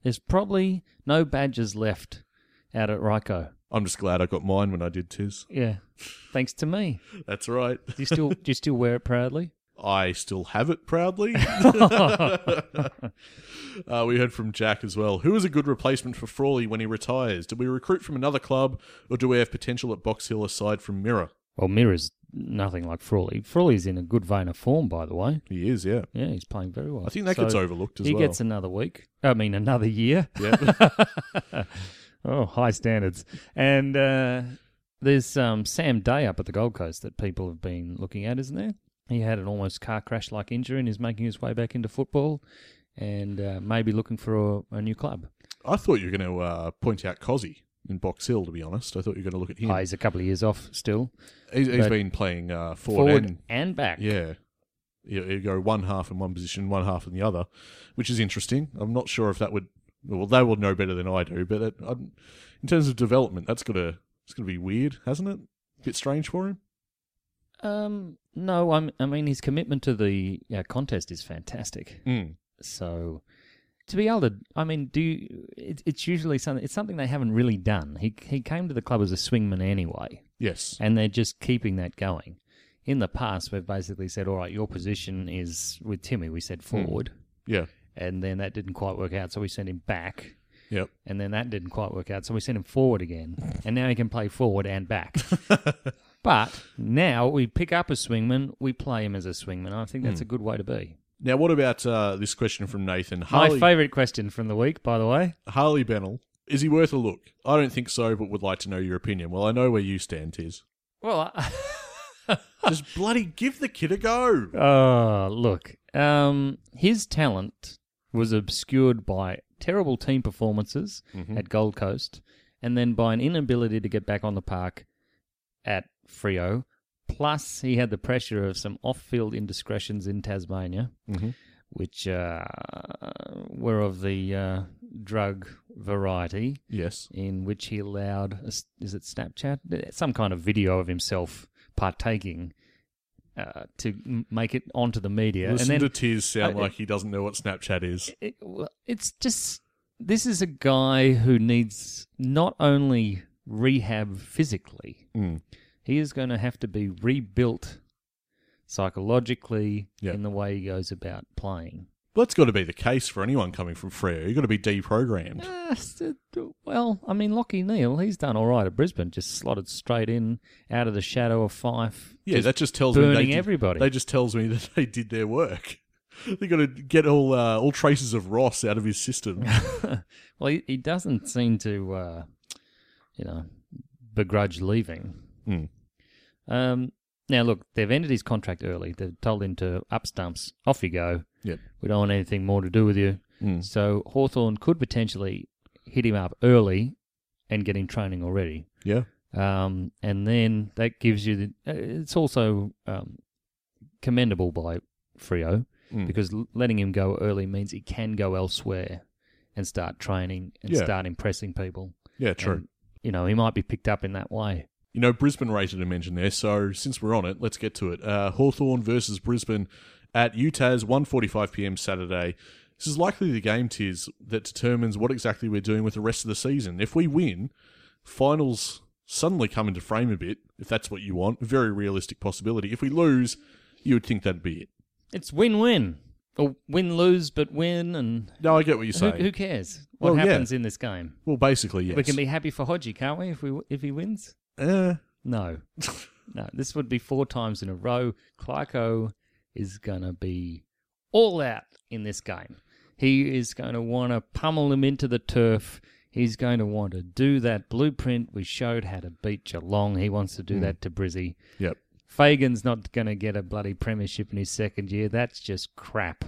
There's probably no badges left out at Ryko. I'm just glad I got mine when I did tis. Yeah. Thanks to me. That's right. Do you still do you still wear it proudly? I still have it <laughs> proudly. Uh, we heard from Jack as well. Who is a good replacement for Frawley when he retires? Do we recruit from another club, or do we have potential at Box Hill aside from Mirror? Well, Mirror's nothing like Frawley. Frawley's in a good vein of form, by the way. He is, yeah. Yeah, he's playing very well. I think that So gets overlooked as he well. gets another week. I mean, another year. <laughs> <laughs> yeah. Oh, high standards. And uh, there's um, Sam Day up at the Gold Coast that people have been looking at, isn't there? He had an almost car crash like injury and is making his way back into football and uh, maybe looking for a, a new club. I thought you were going to uh, point out Cozzy in Box Hill. To be honest, I thought you were going to look at him. Ah, he's a couple of years off still. he's he's but- been playing uh, forward, Forward and and back. yeah, you, you go one half in one position, one half in the other, which is interesting. I'm not sure if that would. Well, they will know better than I do, but it, i in terms of development, that's gonna it's gonna be weird, hasn't it? bit strange for him. Um, no, I'm, I mean, his commitment to the uh, contest is fantastic. Mm. So to be able to, I mean, do you, it, it's usually something. It's something they haven't really done. He he came to the club as a swingman anyway, Yes, and they're just keeping that going. in the past, we've basically said, all right, your position is with Timmy. We said forward, Yeah. and then that didn't quite work out, so we sent him back, Yep. and then that didn't quite work out, so we sent him forward again, and now he can play forward and back. but now we pick up a swingman, we play him as a swingman. I think that's a good way to be. Now, what about uh, this question from Nathan? My favourite question from the week, by the way. Harley Bennell, is he worth a look? I don't think so, but would like to know your opinion. Well, I know where you stand, Tiz. Well, I- <laughs> <laughs> Just bloody give the kid a go. Oh, look. Um, his talent was obscured by terrible team performances at Gold Coast and then by an inability to get back on the park at Frio. Plus, he had the pressure of some off field indiscretions in Tasmania, which uh, were of the uh, drug variety Yes. in which he allowed a s is it Snapchat some kind of video of himself partaking uh, to m- make it onto the media, Listen and to then Tiz sound I- like he doesn't know what Snapchat is. it, well, it's just this is a guy who needs not only rehab physically, Mm. he is going to have to be rebuilt psychologically Yeah. in the way he goes about playing. Well, that's got to be the case for anyone coming from Freo. You've got to be deprogrammed. Uh, s- uh, well, I mean, Lockie Neal, he's done all right at Brisbane, just slotted straight in out of the shadow of Fife. Yeah, that just tells me they burning did- everybody. They just tells me <laughs> that they did their work. <laughs> They got to get all uh, all traces of Ross out of his system. <laughs> well, he, he doesn't seem to, uh, you know, begrudge leaving. Hmm. Um, now, look, they've ended his contract early. They've told him to up stumps, off you go. Yep. We don't want anything more to do with you. Hmm. So Hawthorn could potentially hit him up early and get him training already. Yeah. Um, and then that gives you the. uh, It's also um, commendable by Frio Mm. because l- letting him go early means he can go elsewhere and start training and Yeah. start impressing people. Yeah, true. And, you know, he might be picked up in that way. You know, Brisbane rated a mention there, so since we're on it, let's get to it. Uh, Hawthorne versus Brisbane at UTAS, 1.45pm Saturday. This is likely the game, Tiz, that determines what exactly we're doing with the rest of the season. If we win, finals suddenly come into frame a bit, if that's what you want. Very realistic possibility. If we lose, you would think that'd be it. It's win-win or win-lose, but win, and No, I get what you're who, saying. who cares what Well, yeah. happens in this game? well, basically, yes. We can be happy for Hodgie, can't we? If we if he wins. Eh, No. no, this would be four times in a row. Clarko is going to be all out in this game. He is going to want to pummel him into the turf. He's going to want to do that blueprint we showed how to beat Geelong. He wants to do that to Brizzy. yep. <laughs> Fagan's not going to get a bloody premiership in his second year. That's just crap.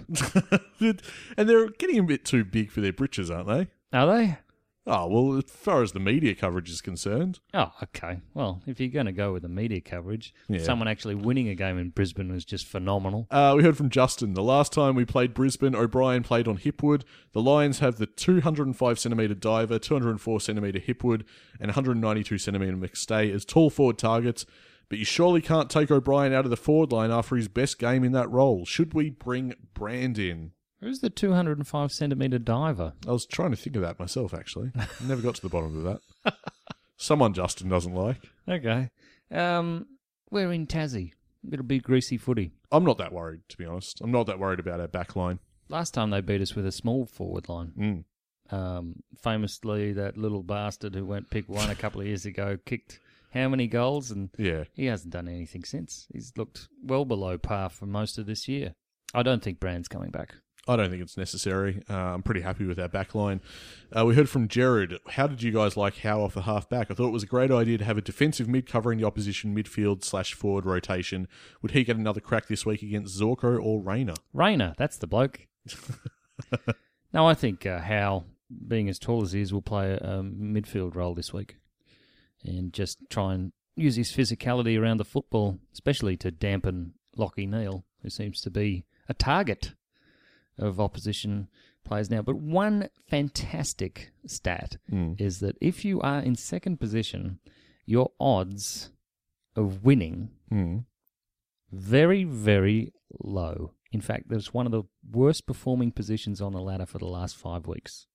and they're getting a bit too big for their britches, aren't they? Are they? Oh, well, as far as the media coverage is concerned, Oh, okay. Well, if you're going to go with the media coverage, Yeah. someone actually winning a game in Brisbane was just phenomenal. Uh, we heard from Justin. The last time we played Brisbane, O'Brien played on Hipwood. The Lions have the 205 centimetre diver, 204 centimetre Hipwood, and 192 centimetre McStay as tall forward targets. But you surely can't take O'Brien out of the forward line after his best game in that role. Should we bring Brand in? Who's the 205 centimetre diver? I was trying to think of that myself, actually. <laughs> Never got to the bottom of that. Someone Justin doesn't like. Okay. Um, we're in Tassie. It'll be greasy footy. I'm not that worried, to be honest. I'm not that worried about our back line. Last time they beat us with a small forward line. Um, famously, that little bastard who went pick one a couple of years ago kicked how many goals, and Yeah. he hasn't done anything since. He's looked well below par for most of this year. I don't think Brand's coming back. I don't think it's necessary. Uh, I'm pretty happy with our back line. Uh, we heard from Jared. How did you guys like Howe off the half back? I thought it was a great idea to have a defensive mid covering the opposition midfield slash forward rotation. Would he get another crack this week against Zorko or Rayner? Rayner, that's the bloke. no, I think uh, Howe, being as tall as he is, will play a, um midfield role this week and just try and use his physicality around the football, especially to dampen Lockie Neal, who seems to be a target of opposition players now. But one fantastic stat is that if you are in second position, your odds of winning very, very low. In fact, that's one of the worst performing positions on the ladder for the last five weeks.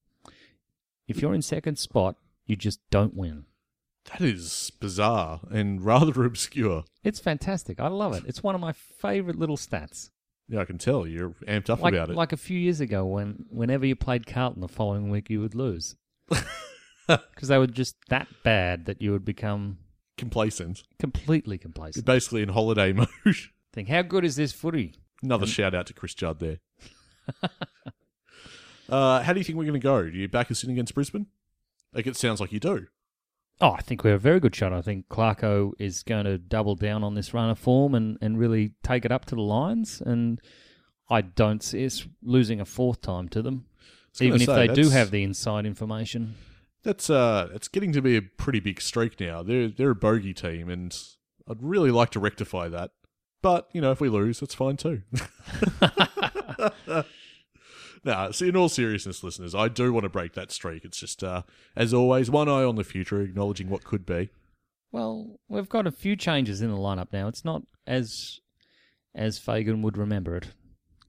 If you're in second spot, you just don't win. That is bizarre and <laughs> rather obscure. It's fantastic. I love it. It's one of my favorite little stats. Yeah, I can tell you're amped up Like, about it. like a few years ago, when whenever you played Carlton the following week, you <laughs> would lose because they were just that bad that you would become Complacent. completely complacent. Basically in holiday <laughs> mode. Think, how good is this footy? Another shout out to Chris Judd there. <laughs> uh, how do you think we're going to go? Do you back us in against Brisbane? Like it sounds like you do. Oh, I think we have a very good shot. I think Clarko is going to double down on this run of form and, and really take it up to the Lions. And I don't see us losing a fourth time to them, was gonna even if say, they do that's- have the inside information. That's uh, it's getting to be a pretty big streak now. They're they're a bogey team, and I'd really like to rectify that. But you know, if we lose, that's fine <laughs> too. <laughs> Nah, see, in all seriousness, listeners, I do want to break that streak. It's just, uh, as always, one eye on the future, acknowledging what could be. Well, we've got a few changes in the lineup now. It's not as as Fagan would remember it.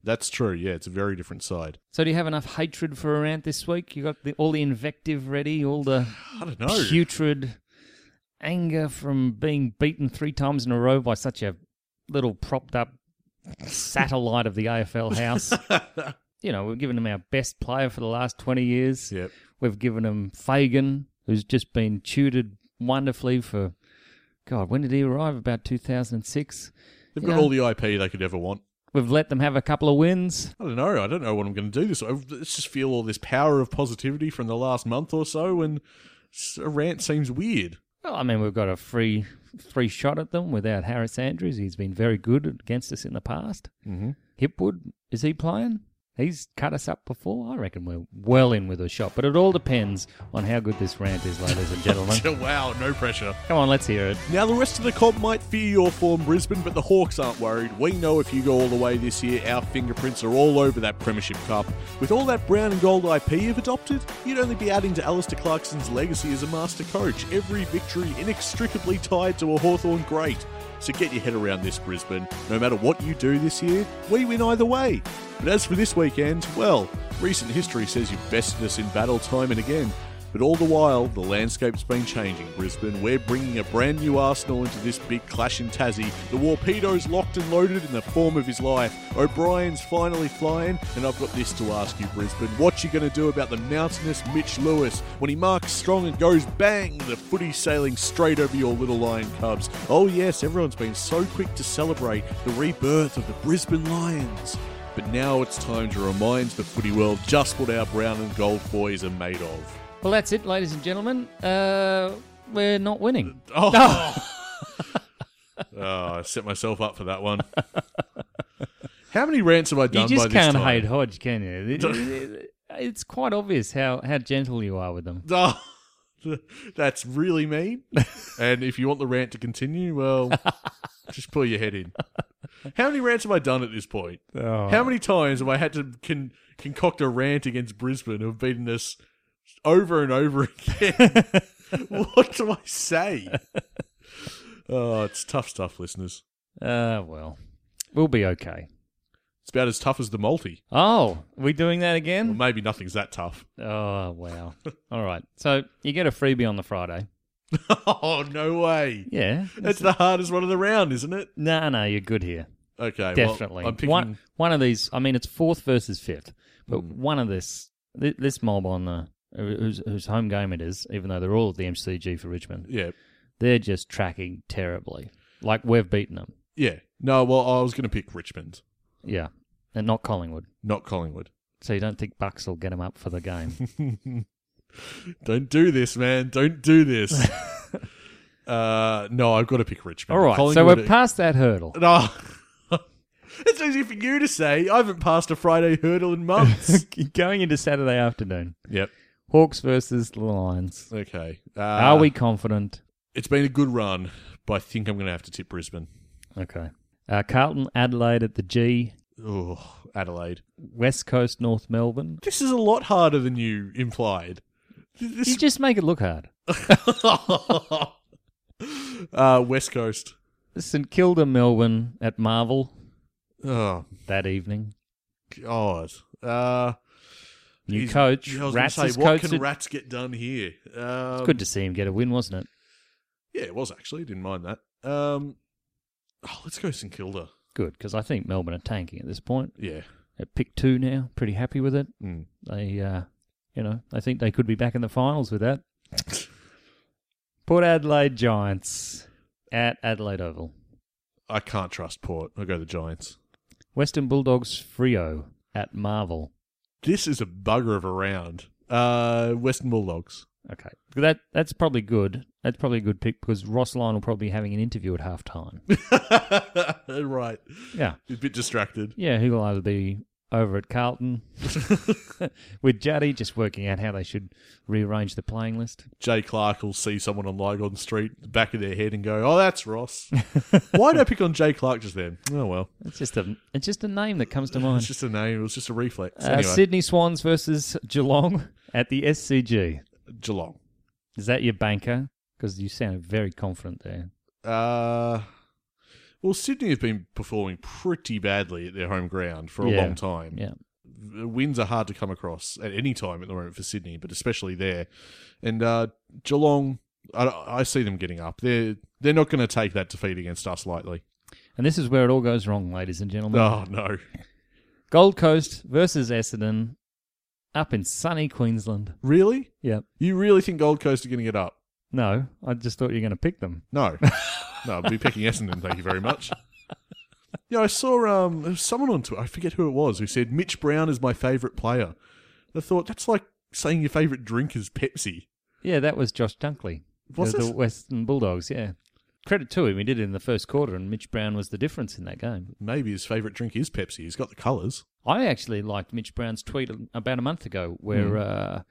That's true. Yeah, it's a very different side. So, do you have enough hatred for Arant this week? You got the, all the invective ready, all the I don't know. putrid anger from being beaten three times in a row by such a little propped up satellite of the AFL house. you know, we've given him our best player for the last 20 years. Yep. We've given him Fagan, who's just been tutored wonderfully for, God, when did he arrive? About 2006. They've You got know. all the IP they could ever want. We've let them have a couple of wins. I don't know. I don't know what I'm going to do this. I let's just feel all this power of positivity from the last month or so, and s- a rant seems weird. <laughs> Well, I mean, we've got a free free shot at them without Harris Andrews. He's been very good against us in the past. Mm-hmm. Hipwood, is he playing? He's cut us up before. I reckon we're well in with a shot, but it all depends on how good this rant is, ladies <laughs> and gentlemen. wow, no pressure. Come on, let's hear it. Now, the rest of the comp might fear your form, Brisbane, but the Hawks aren't worried. We know if you go all the way this year, our fingerprints are all over that Premiership Cup. With all that brown and gold IP you've adopted, you'd only be adding to Alistair Clarkson's legacy as a master coach, every victory inextricably tied to a Hawthorn great. So get your head around this, Brisbane. No matter what you do this year, we win either way. But as for this weekend, well, recent history says you've bested us in battle time and again. But all the while, the landscape's been changing, Brisbane. We're bringing a brand new arsenal into this big clash in Tassie. The Warpedo's locked and loaded in the form of his life. O'Brien's finally flying, and I've got this to ask you, Brisbane. What you going to do about the mountainous Mitch Lewis? When he marks strong and goes bang, the footy sailing straight over your little Lion Cubs. Oh yes, everyone's been so quick to celebrate the rebirth of the Brisbane Lions. But now it's time to remind the footy world just what our brown and gold boys are made of. Well, that's it, ladies and gentlemen. Uh, we're not winning. Oh. <laughs> Oh, I set myself up for that one. How many rants have I done You just by this can't time? hate Hodge, can you? It- it- It's quite obvious how, how gentle you are with them. <laughs> Oh, that's really mean. and if you want the rant to continue, <laughs> well, just pull your head in. How many rants have I done at this point? Oh. How many times have I had to con- concoct a rant against Brisbane who've beaten us over and over <laughs> again? what do I say? Oh, it's tough stuff, listeners. Uh, well, we'll be okay. It's about as tough as the multi. Oh, we doing that again? Well, maybe nothing's that tough. <laughs> Oh wow! <laughs> All right, so you get a freebie on the Friday. oh, no way. Yeah. That's the hardest one of the round, isn't it? No, no, you're good here. Okay. well, Definitely. I'm picking. One one of these. I mean, it's fourth versus fifth, but Hmm. one of this thi- this mob on the whose whose home game it is, even though they're all at the MCG for Richmond, Yeah. they're just tracking terribly. Like we've beaten them. Yeah. No, well, I was going to pick Richmond, Yeah, and not Collingwood. not Collingwood. So you don't think Bucks will get them up for <laughs> the game? Don't do this, man. Don't do <laughs> this. uh, no, I've got to pick Richmond. all right. So Collingwood- we're past that <laughs> hurdle. <laughs> No. <laughs> it's easy for you to say. I haven't passed a Friday hurdle in <laughs> months. Going into Saturday afternoon, yep. Hawks versus the Lions. Okay. Uh, Are we confident? It's been a good run, but I think I'm going to have to tip Brisbane. Okay. Uh, Carlton, Adelaide at the G, Oh, Adelaide. West Coast, North Melbourne. This is a lot harder than you implied. You This just make it look hard. <laughs> uh, West Coast. St Kilda, Melbourne at Marvel Oh that evening. God. Uh, New he's- coach. I was gonna Rats say, has what coached can it. Rats get done here? Um, Good to see him get a win, wasn't it? Yeah, it was actually. Didn't mind that. Um, oh, let's go St Kilda. Good, because I think Melbourne are tanking at this point. Yeah. At pick two now, pretty happy with it. Mm. They, uh, you know, they think they could be back in the finals with that. Port Adelaide Giants at Adelaide Oval. I can't trust Port. I'll go the Giants. Western Bulldogs Frio at Marvel. This is a bugger of a round. Uh, Western Bulldogs. <laughs> Okay, that that's probably good. That's probably a good pick because Ross Lyon will probably be having an interview <laughs> at halftime. right. yeah, A bit distracted. yeah, he'll either be over <laughs> at Carlton with Juddy, just working out how they should rearrange the playing list. Jay Clark will see someone on Lygon Street, the back of their head, and go, "Oh, that's <laughs> Ross." Why did I pick on Jay Clark just then? Oh well, It's just a it's just a name <laughs> that comes to it's mind. just a name. It was just a reflex. Uh, anyway, Sydney Swans versus Geelong at the SCG. Geelong. Is that your banker? Because you sounded very confident there. Uh, well, Sydney have been performing pretty badly at their home ground for a Yeah. long time. Yeah. The Wins are hard to come across at any time at the moment for Sydney, but especially there. And uh, Geelong, I, I see them getting up. They're they're not going to take that defeat against us lightly. And this is where it all goes wrong, ladies and gentlemen. Oh no, Gold Coast versus Essendon up in sunny Queensland. really? Yeah. You really think Gold Coast are going to get up? No, I just thought you were going to pick them. No, no, I'll be picking Essendon. Thank you very much. Yeah, I saw um there was someone on Twitter. I forget who it was who said Mitch Brown is my favourite player. And I thought that's like saying your favourite drink is Pepsi. Yeah, that was Josh Dunkley. Was the, the it? Western Bulldogs, yeah. Credit to him, he did it in the first quarter, and Mitch Brown was the difference in that game. Maybe his favourite drink is Pepsi. He's got the colours. I actually liked Mitch Brown's tweet about a month ago where uh,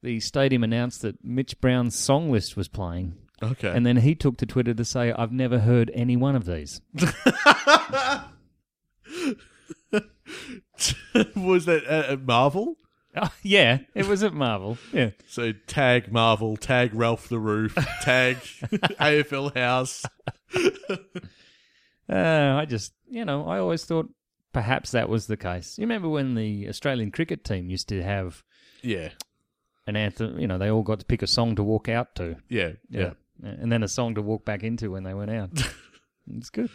the stadium announced that Mitch Brown's song list was playing. Okay. And then he took to Twitter to say, I've never heard any one of these. <laughs> was that at at Marvel? <laughs> Oh, yeah, it was at Marvel. <laughs> Yeah. So tag Marvel, tag Ralph the Roof, <laughs> tag AFL House. Uh, I just, you know, I always thought perhaps that was the case. You remember when the Australian cricket team used to have Yeah, an anthem, you know, they all got to pick a song to walk out to. yeah, yeah. And then a song to walk back into when they went <laughs> out. it's good.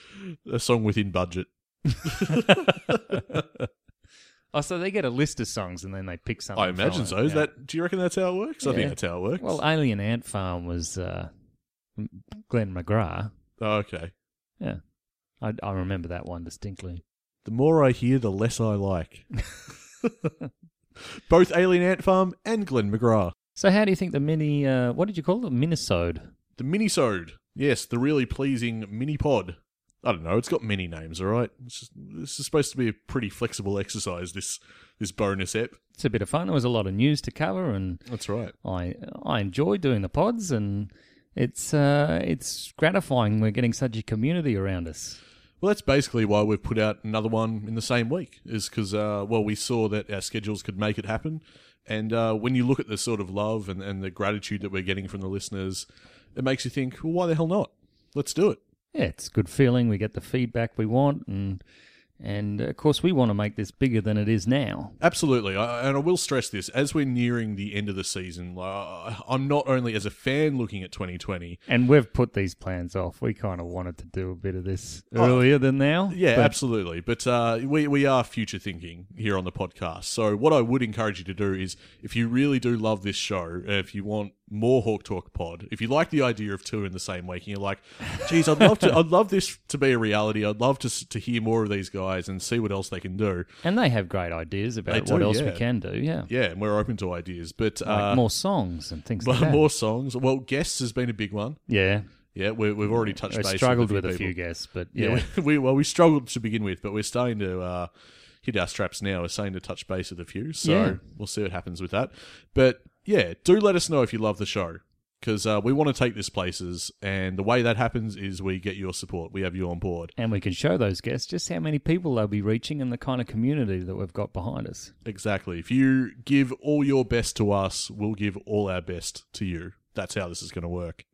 A song within budget. Oh, so they get a list of songs and then they pick something. I imagine so. from it, Is yeah. that? Do you reckon that's how it works? I Yeah. think that's how it works. Well, Alien Ant Farm was uh, Glenn McGrath. Oh, okay. Yeah. I, I remember that one distinctly. The more I hear, the less I like. Both Alien Ant Farm and Glenn McGrath. So, how do you think the mini, uh, what did you call it? Minisode. The minisode. Yes, the really pleasing mini pod. I don't know. It's got many names, all right. It's just, this is supposed to be a pretty flexible exercise. This this bonus ep. It's a bit of fun. There was a lot of news to cover and That's right. I I enjoy doing the pods and it's uh, it's gratifying we're getting such a community around us. Well, that's basically why we've put out another one in the same week, is because, uh, well, we saw that our schedules could make it happen. And uh, when you look at the sort of love and, and the gratitude that we're getting from the listeners, it makes you think, well, why the hell not? Let's do it. Yeah, it's a good feeling. We get the feedback we want and and of course we want to make this bigger than it is now. Absolutely, I, and I will stress this as we're nearing the end of the season. Like, I- I'm not only as a fan looking at 2020. And we've put these plans off. We kind of wanted to do a bit of this earlier than now. Oh. Yeah, but absolutely. But uh, we we are future thinking here on the podcast. So what I would encourage you to do is, if you really do love this show, uh, if you want more Hawk Talk Pod, if you like the idea of two in the same week, and you're like, "Geez, I'd love to, I'd love this to be a reality. I'd love to s- to hear more of these guys and see what else they can do." And they have great ideas They about do, what else we yeah. can do. Yeah. Yeah, and we're open to ideas, but Like uh, more songs and things like more, <laughs> that. more songs. Well, guests has been a big one. yeah. Yeah, we, we've already touched I base. struggled with with a few, a few people. guests, but Yeah, yeah. we, we well we struggled to begin with, but we're starting to uh, hit our straps now. We're starting to touch base with a few, so Yeah. we'll see what happens with that. But yeah, do let us know if you love the show because uh, we want to take this places, and the way that happens is we get your support. We have you on board. And we can show those guests just how many people they'll be reaching and the kind of community that we've got behind us. Exactly. If you give all your best to us, we'll give all our best to you. That's how this is going to work.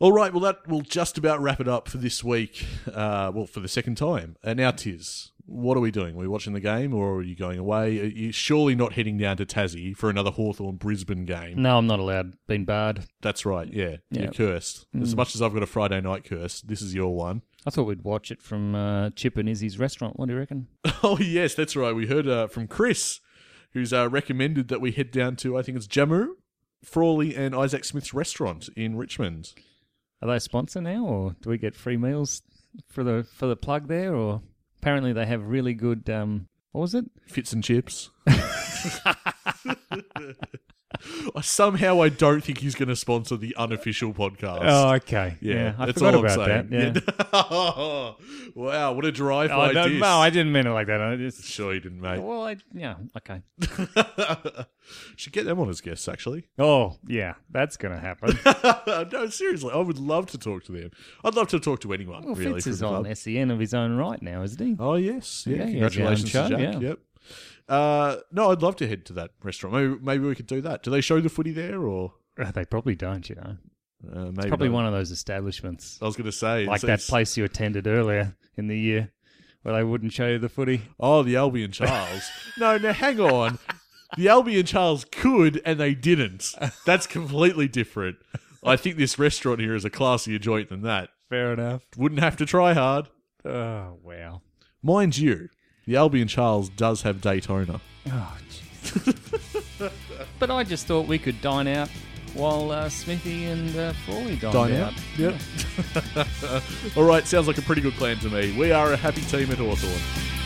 All right. Well, that will just about wrap it up for this week. Uh, well, for the second time. And now, Tiz, what are we doing? Are we watching the game or are you going away? Are you surely not heading down to Tassie for another Hawthorn Brisbane game. No, I'm not allowed. Been barred. That's right, yeah. Mm. Yeah. You're cursed. As much as I've got a Friday night curse, this is your one. I thought we'd watch it from uh, Chip and Izzy's restaurant. What do you reckon? <laughs> Oh, yes, that's right. We heard uh, from Chris, who's uh, recommended that we head down to, I think it's Jammu, Frawley, and Isaac Smith's restaurant in Richmond. Are they a sponsor now, or do we get free meals for the for the plug there? Or apparently they have really good. Um, what was it? Fits and chips. <laughs> Somehow, I don't think he's going to sponsor the unofficial podcast. Oh, okay. Yeah, I that's forgot all about I'm that. Yeah. <laughs> saying. Yeah. <laughs> wow, what a drive Oh, by no, diss. no, I didn't mean it like that. I just. Sure you didn't, mate. Well, I, yeah, okay. Should get them on as guests, actually. <laughs> Oh, yeah, that's gonna happen. no, seriously, I would love to talk to them. I'd love to talk to anyone, Well, really. Fitz from is the club. on SEN of his own right now, isn't he? Oh yes, yeah. Yeah, he has his own Congratulations, to show, Jack. yeah. Yep. Uh, no, I'd love to head to that restaurant. Maybe, maybe we could do that. Do they show the footy there, or Oh, They probably don't, you know. uh, maybe Probably not. one of those establishments I was going to say like Oh, it's- that it's- place you attended earlier in the year where they wouldn't show you the footy. Oh, the Albion Charles. no, now hang on. The Albion Charles could, and they didn't. That's completely different. I think this restaurant here is a classier joint than that. Fair enough. Wouldn't have to try hard, Oh, wow. mind you. The Albion Charles does have Daytona. Oh, jeez. <laughs> but I just thought we could dine out while uh, Smithy and uh, Frawley dined Dine out. out. <laughs> Yep. All right, sounds like a pretty good plan to me. We are a happy team at Hawthorn.